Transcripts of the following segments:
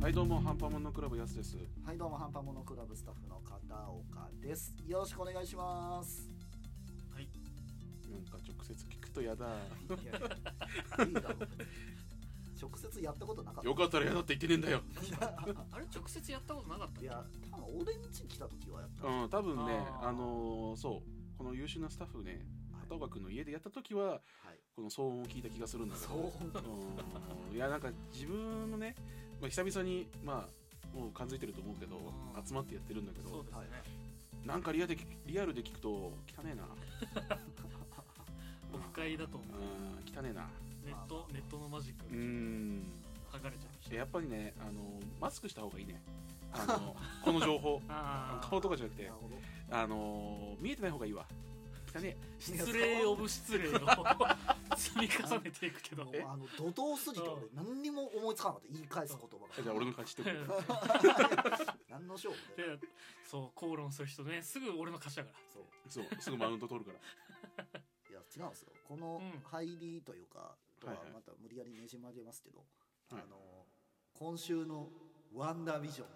はいどうもハンパモノクラブやすですはいどうもハンパモノクラブスタッフの片岡ですよろしくお願いしますはい。なんか直接聞くとやだいやいやいいだろう直接やったことなかったよかったらやだって言ってねえんだよあれ直接やったことなかったっけいや多分俺ん家来た時はやった、うん多分ねああーのーそうこの優秀なスタッフねはい片岡君の家でやった時ははいこの騒音を聞いた気がするんだけ騒ど音うんいやなんか自分のね、まあ、久々にまあもう感づいてると思うけどうん集まってやってるんだけそうどですね。なんかリアでリアルで聞くと汚ねえな オフ会だと思う。うん汚ねえなネットネットのマジックう剥んがれちゃいました。やっぱりねあのマスクした方がいいねあ のこの情報あ顔とかじゃなくなてるほどあの見えてない方がいいわ汚ねえ失礼オブ失 礼を積み重ねていくけどもう。えあの怒涛すぎて俺何にも思いつかなかった言い返す言葉えじゃあ俺の勝ちってことが 何の勝負だよでそう口論する人ねすぐ俺の勝ちだかそうそうすぐマウント取るからいや違うんですよこのうん入りというか、とははいはいまた無理やりねじ曲げますけど、はいあの今週の「ワンダービジョン」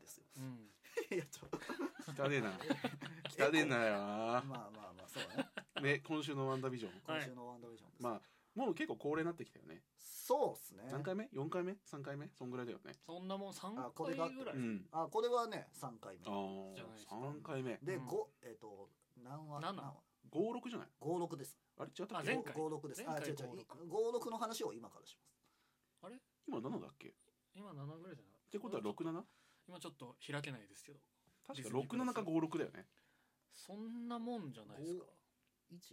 ですよら。うん。いやちょっと汚 ねえな汚ねえなよなまあまあまあそう だねね今週のワンダービジョン今週の「ワンダービジョン」です、まあもう結構高齢になってきたよねそうっすね何回目 ?4 回目 ?3 回目そんぐらいだよねそんなもん三あこれが回ぐらい。うんあこれはね3回目ああじゃないですか3回目で、うんごえっ、と何話七話56じゃない56ですあれ違ったっあけ前回56ですあ前違回う違う56 56の話を今からします今7だっけっ今七ぐらいじゃない。ってことは 67? 今ちょっと開けないですけど。確か67か56だよねそんなもんじゃないですか。 1234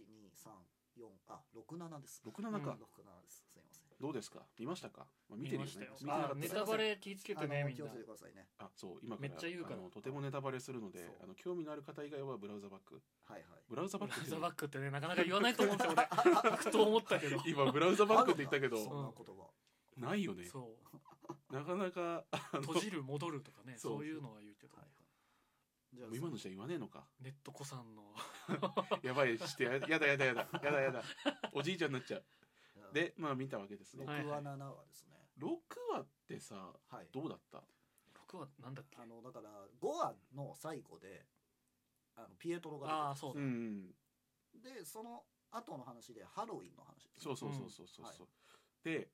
あ67です67か、う67ですすいませんどうですか見ましたか、まあ、見てるよね見まし見てたなよ。かったあネらタバレ気をつけてあねのみん気をなつけ。てくださいねあそう今からめっちゃ言うからあのとてもネタバレするのでそうあの興味のある方以外はブラウザバックはいはいブラウザバブッラクウってザバックってねなかなか言わないと思うんですよ 俺ふと思ったけど今ブラウザバックって言ったけあるんだどそんな言葉ないよねそうなかなかあの閉じる戻るとかねそうそういうのは言うけどはいはいじゃあ今の時代言わねえのかネット子さんのやばいしてややだやだやだやだやだおじいちゃんになっちゃうでまあ見たわけですね6はい話7話ですね6話ってさはいどうだった6はなんだっけあのだから5話の最後であのピエトロあがあそううだ、ん出てきてでその後の話でハロウィンの話ですそうそうそうそうそうそう、で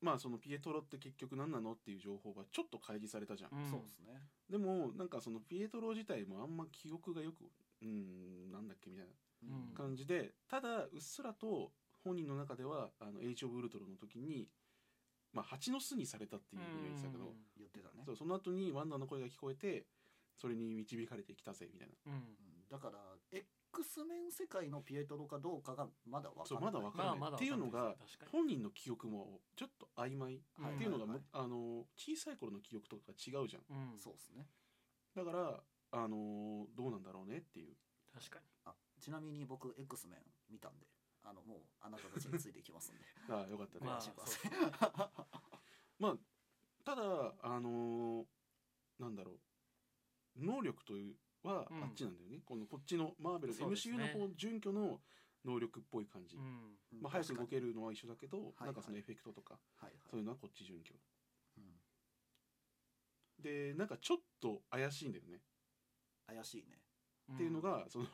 まあそのピエトロって結局何なのっていう情報がちょっと開示されたじゃん、んそうですねでもなんかそのピエトロ自体もあんま記憶がよくうんなんだっけみたいなうん感じでただうっすらと本人の中では「あのエイジ・オブ・ウルトロ」の時に、まあ、蜂の巣にされたっていうふうに言ってたけど、言ってたねそうその後にワンダの声が聞こえてそれに導かれてきたぜみたいなうんうんうんだから X メン世界のピエトロかどうかがまだ分そかうんなまいだわかんない、まあまだわかんないっていうのがですね確か本人の記憶もちょっと曖昧まだっていうのが、はいはいあの小さい頃の記憶とかが違うじゃんにうんそうですねだからあのどうなんだろうねっていう確かにあちなみに僕 X メン見たんであのもうあなたたちについていきま すんでああよかったね、まあお願いしますそうまあただあのーなんだろう能力というはうんあっちなんだよね、このこっちのマーベル、そうです MCU ねの方準拠の能力っぽい感じ、うんまあ、早く動けるるのは一緒だけど、はいなんかそのエフェクトとか、はいはいそういうのはこっち準拠うんでなんかちょっと怪しいんだよね、怪しいねっていうのがその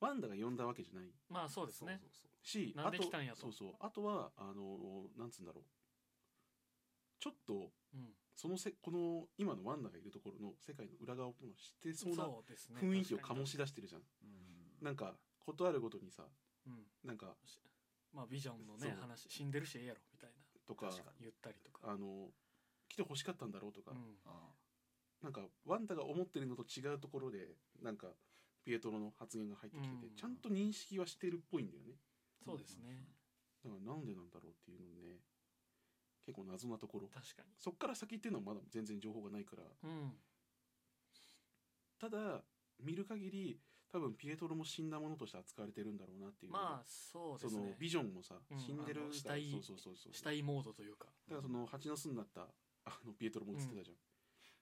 ワンダが呼んだわけじゃないまあそうですねそうそうしなんで来たんやとあとそうそうあとはあのーなんつうんだろうちょっとうんそのせこの今のワンダがいるところの世界の裏側をもう知ってそうなそうですね雰囲気を醸確し出してるじゃん、そううんなんかことあるごとにさかにうんなんかまあビジョンのそうね話死んでるしええやろみたいなとか確かに言ったりとかあの来て欲しかったんだろうとか、うんあなんかワンダが思ってるのと違うところでなんかピエトロの発言が入ってきてて、うんちゃんと認識はしてるっぽいんだよねそうですねだからなんでなんだろうっていうのね結構謎なところ確かにそっから先っていうのはまだ全然情報がないからうんただ見る限り多分ピエトロも死んだものとして扱われてるんだろうなっていうのがまあそうそですのねビジョンもさ、うん死んでるあの死体そうそうそうそう死体モードというかだからその蜂の巣になったあのピエトロも映ってたじゃん、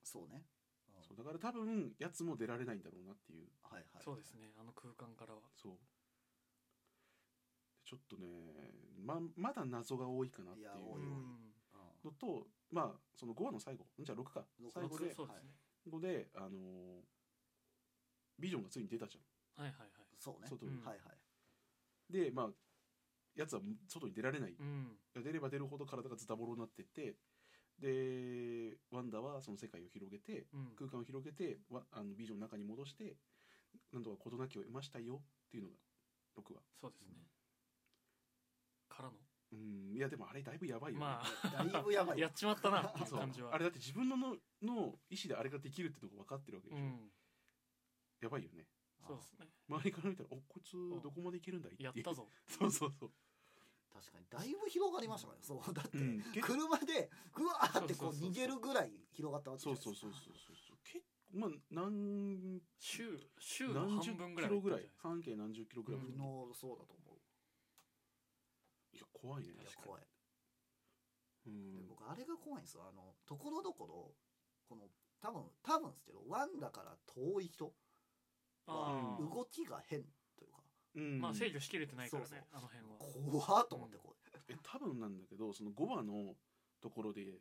そうねうんそうだから多分やつも出られないんだろうなっていうはいはいそうですねあの空間からはそうでちょっとねままだ謎が多いかなっていいやう多いうんうんのと、まあ、その5話の最後んじゃあ6か六最後六でそうですね。ここで、あのービジョンがついに出たじはいはいはい。そうゃんね。外うに、んはいはい。でまあやつは外に出られないうん。出れば出るほど体がズタボロになってってでワンダはその世界を広げてうん。空間を広げてわあのビジョンの中に戻してなんとか事なきを得ましたよっていうのが6話そうですね。からの。うんいやでもあれだいぶやばいよ、ねまだいぶやばあ、い。やっちまったなっていうそう感じは。あれだって自分ののの意思であれができるってとこ分かってるわけでうしょ、ん。やばいよねそうですね。周りから見たら「おこいつどこまでいけるんだい」っていやう ったぞ。そうそうそう確かにだいぶ広がりましたからねそうだって、うん結構車でうわーってこそううそうそうそう逃げるぐらい広がったわけじそうゃないですそうかそうそうそうそう結構まあ何週、週の何十半分ぐらキいロは行ぐったらんじいゃない。半径何十キロぐらい、う俺のそうだと思ういや怖いねいや確かに怖い、うんで僕あれが怖いんですよあのところどころこの多分多分ですけどワンダから遠い人ああ。動きが変というかうんまあ制御しきれてないからそうね、あの辺は。怖っと思ってこれ、え多分なんだけどその5話のところで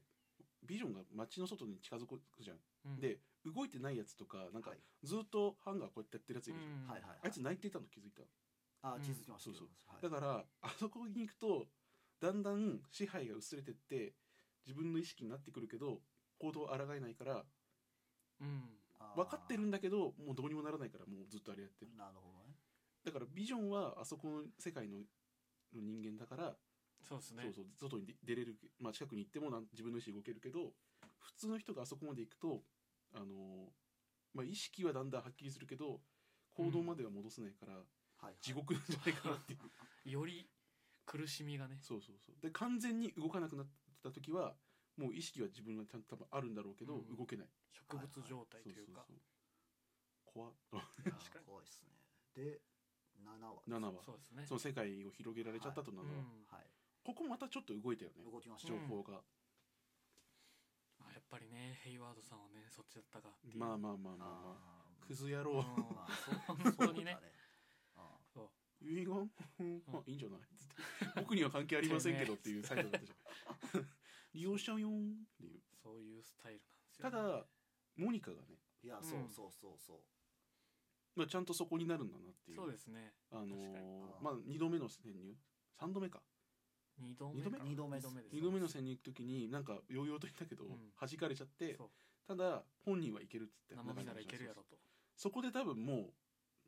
ビジョンが街の外に近づくじゃん、うん、で動いてないやつとかなんかはいずっとハンガーこうやってやってるやついるじゃん、うんはいはいはいあいつ泣いてたの気づいたあうんー気づきました、そうそうはいだからあそこに行くとだんだん支配が薄れてって自分の意識になってくるけど行動を抗えないからうん。あー分かってるんだけどもうどうにもならないからもうずっとあれやってるなるほどねだからビジョンはあそこの世界のの人間だから、そうですね。そうそう外に出出れる、まあ、近くに行ってもなん自分の意思で動けるけど普通の人があそこまで行くと、あのーまあ、意識はだんだんはっきりするけど行動までは戻せないから、はいはい地獄なんじゃないかなっていうより苦しみがね。 そうそうそうで完全に動かなくなった時はもう意識は自分はちゃんと多分あるんだろうけど、うん動けない植物状態というか。そう怖っ いやー確かに怖いっすねで7話7話そうですね。その世界を広げられちゃったとなのは、うんはいここまたちょっと動いたよね動きました情ね、報が、あやっぱりね、ヘイワードさんはね、そっちだったかっていう。まあまあまあまあまああークズ野う郎んまあそう本当にねそうだ。あ遺言、まあいいんじゃないつって僕には関係ありませんけどっていうサイトだったじゃん利用しちゃうよーんっていうそういうスタイルなんですよ、ただモニカがね、ーいやそううんそうそうそまあ、ちゃんとそこになるんだなっていうそうですね。あのー確かにまあ2度目の潜入3度目か二度目二度目か二度目です。です2度目の潜入の時になんかヨーヨーと言ったけど、うん弾かれちゃってそうただ本人はいけるっつって生身ならいけるやろそうそうと。そこで多分もう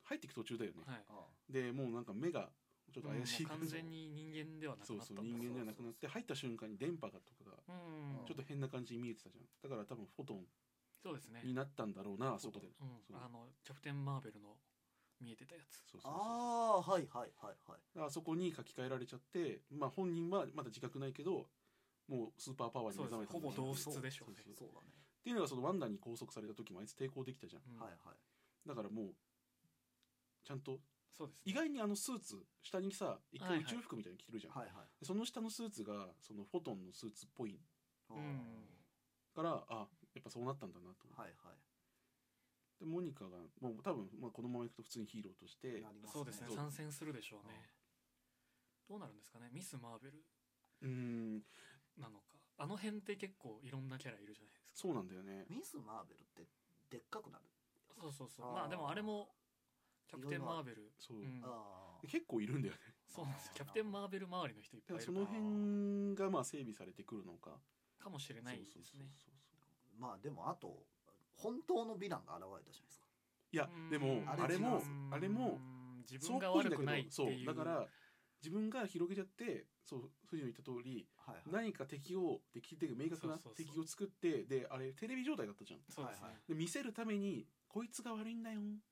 入っていく途中だよね、はいうあでもうなんか目がちょっとうんも怪しいう感完じ、全に人間ではなくそうなったそんだう人間ではなくなって入った瞬間に電波がとかがうん。ちょっと変な感じに見えてたじゃん。だから多分フォトンそうですね。になったんだろうな、あそこで。うんそうあの、キャプテンマーベルの見えてたやつ。そうそうそうあーはいはいはいはいだからあそこに書き換えられちゃって、まあ本人はまだ自覚ないけど、もうスーパーパワーに目覚めたんだそうですねほぼ同質でしょそうねうそうっそうだねていうのがそのワンダに拘束された時もあいつ抵抗できたじゃん。うんはいはいだからもう、ちゃんと、そうですね、意外にあのスーツ、下にさ、一はい回はい宇宙服みたいに着てるじゃん。はいはいでその下のスーツが、そのフォトンのスーツっぽいあーうんから、あ、やっぱそうなったんだなと思って。はいはで、モニカが、もう多分、まあこのままいくと普通にヒーローとしいてな、りますそうですねそう参戦するでしょうねどうなるんですかねミス・マーベルうーん、なのかあの辺って結構いろんなキャラいるじゃないですかそうなんだよね。ミス・マーベルってでっかくなるそうそうそうあーまあでもあれもキャプテン・マーベルそう。うんあー結構いるんだよね。そうなんですよあーキャプテン・マーベル周りの人いっだぱいかいらるかその辺がまあ整備されてくるのか。かもしれないですねそうそうそうそうまあでもあと本当のヴィランが現れたじゃないですかいやうんでもああれれも違いますあれもうん自そ分うっがぽいん悪だくないけっていどうそうだから自分が広げちゃってそう藤野言った通りはいはい何か敵を敵っていうか明確なそうそうそう敵を作ってであれテレビ状態だったじゃん。そうですね、はいはいで見せるためにこいつが悪いんだようん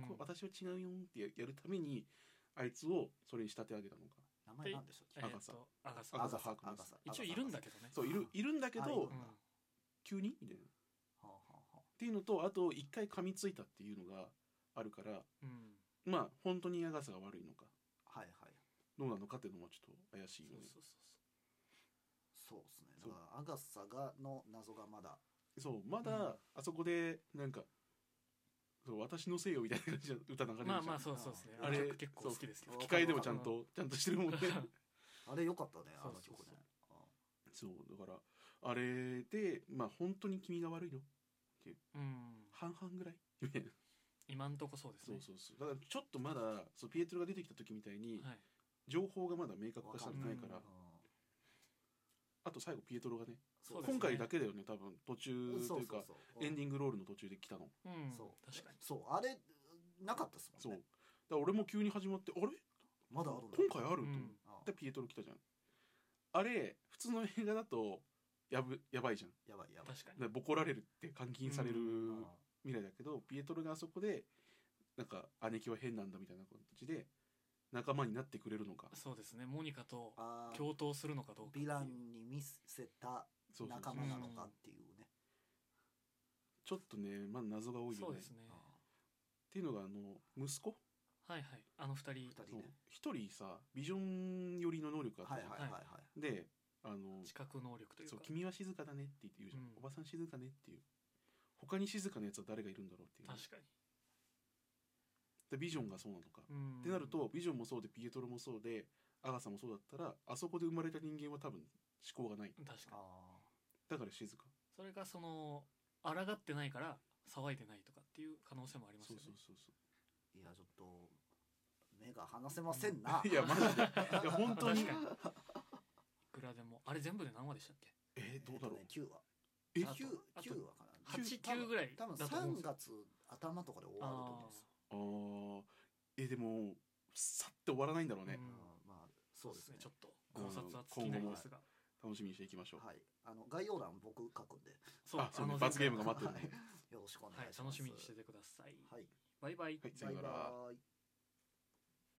僕は私は違うよってややるためにあいつをそれに仕立て上げたのか。名前なんでしたっけえーっとアガアガササアガサハークネスガサ一応いるんだけどねそういるいるんだけあいるどうん急にみたいな。はあはあはあっていうのとあと一回噛みついたっていうのがあるからうんまあ本当に矢笠が悪いのかはいはいどうなのかっていうのもちょっと怪しそうそいようねそうそうそうですねそだうからアガサがの謎がまだそうまだあそこでなんか「そう私のせいよ」みたいな感じの歌流れるじゃんまあまあそうそうですねああれれ結構好きですけどそう機械でもちゃんとちゃんとしてるもんねあれ良かったねあそうのそう曲そうねあ そうだからあれでまあ本当に君が悪いのうん半々ぐらいみたいな今んとこそうですそうねそうそうだからちょっとまだそうピエトロが出てきた時みたいにはい情報がまだ明確化されてないから、わかんないあと最後ピエトロがねそうですね今回だけだよね多分途中というかエンディンィングロールの途中で来たのうんそう確かにそうあれなかったっすそもうんだねから俺も急に始まってあれまだあるんだ今回あると思っうんあてピエトロ来たじゃんあれ普通の映画だとやぶやばいじゃんやばいやばい確かだからボコられるって監禁されるうん未来だけどピエトロがあそこでなんか姉貴は変なんだみたいな感じで仲間になってくれるのかにそうですねモニカとあー共闘するのかどうかっていヴィうランに見せたそうそうそ仲う間なのかっていうねちょっとねまだ謎が多いよねそうですねあっていうのがあの息子はいはいあの二人ー二そ人うね一人さビジョン寄りの能力があっはいたじゃはんいはいはいであの視覚能力というそかう「君は静かだね」って言って言うじゃん、うんおばさん静かね」っていう他に静かなやつは誰がいるんだろうっていうね、確かでビジョンがそうなのか、にうんってなるとビジョンもそうでピエトロもそうでアガサもそうだったらあそこで生まれた人間は多分思考がない確かあにだから静かそれがその抗ってないから騒いでないとかっていう可能性もありますそようねそうそうそう ーいやちょっと目が離せませんないやマジ でいや本当に確かいくらでもあれ全部で何話でしたっけえーどうだろう、 9話え9あとあと話かな八九ぐらいだ多と分思うんで3すよ月頭とかで終わると思うんですよあーえでもさって終わらないんだろうね、うんあーまあそうですねちょっと考察は尽きないですが楽しみにしていきましょう、はいあの概要欄僕書くんでそうあそうねあの罰ゲームが待ってるはねいよろしくお願はいいします楽しみにしててくださいはいバイバイはいさようならバイバイ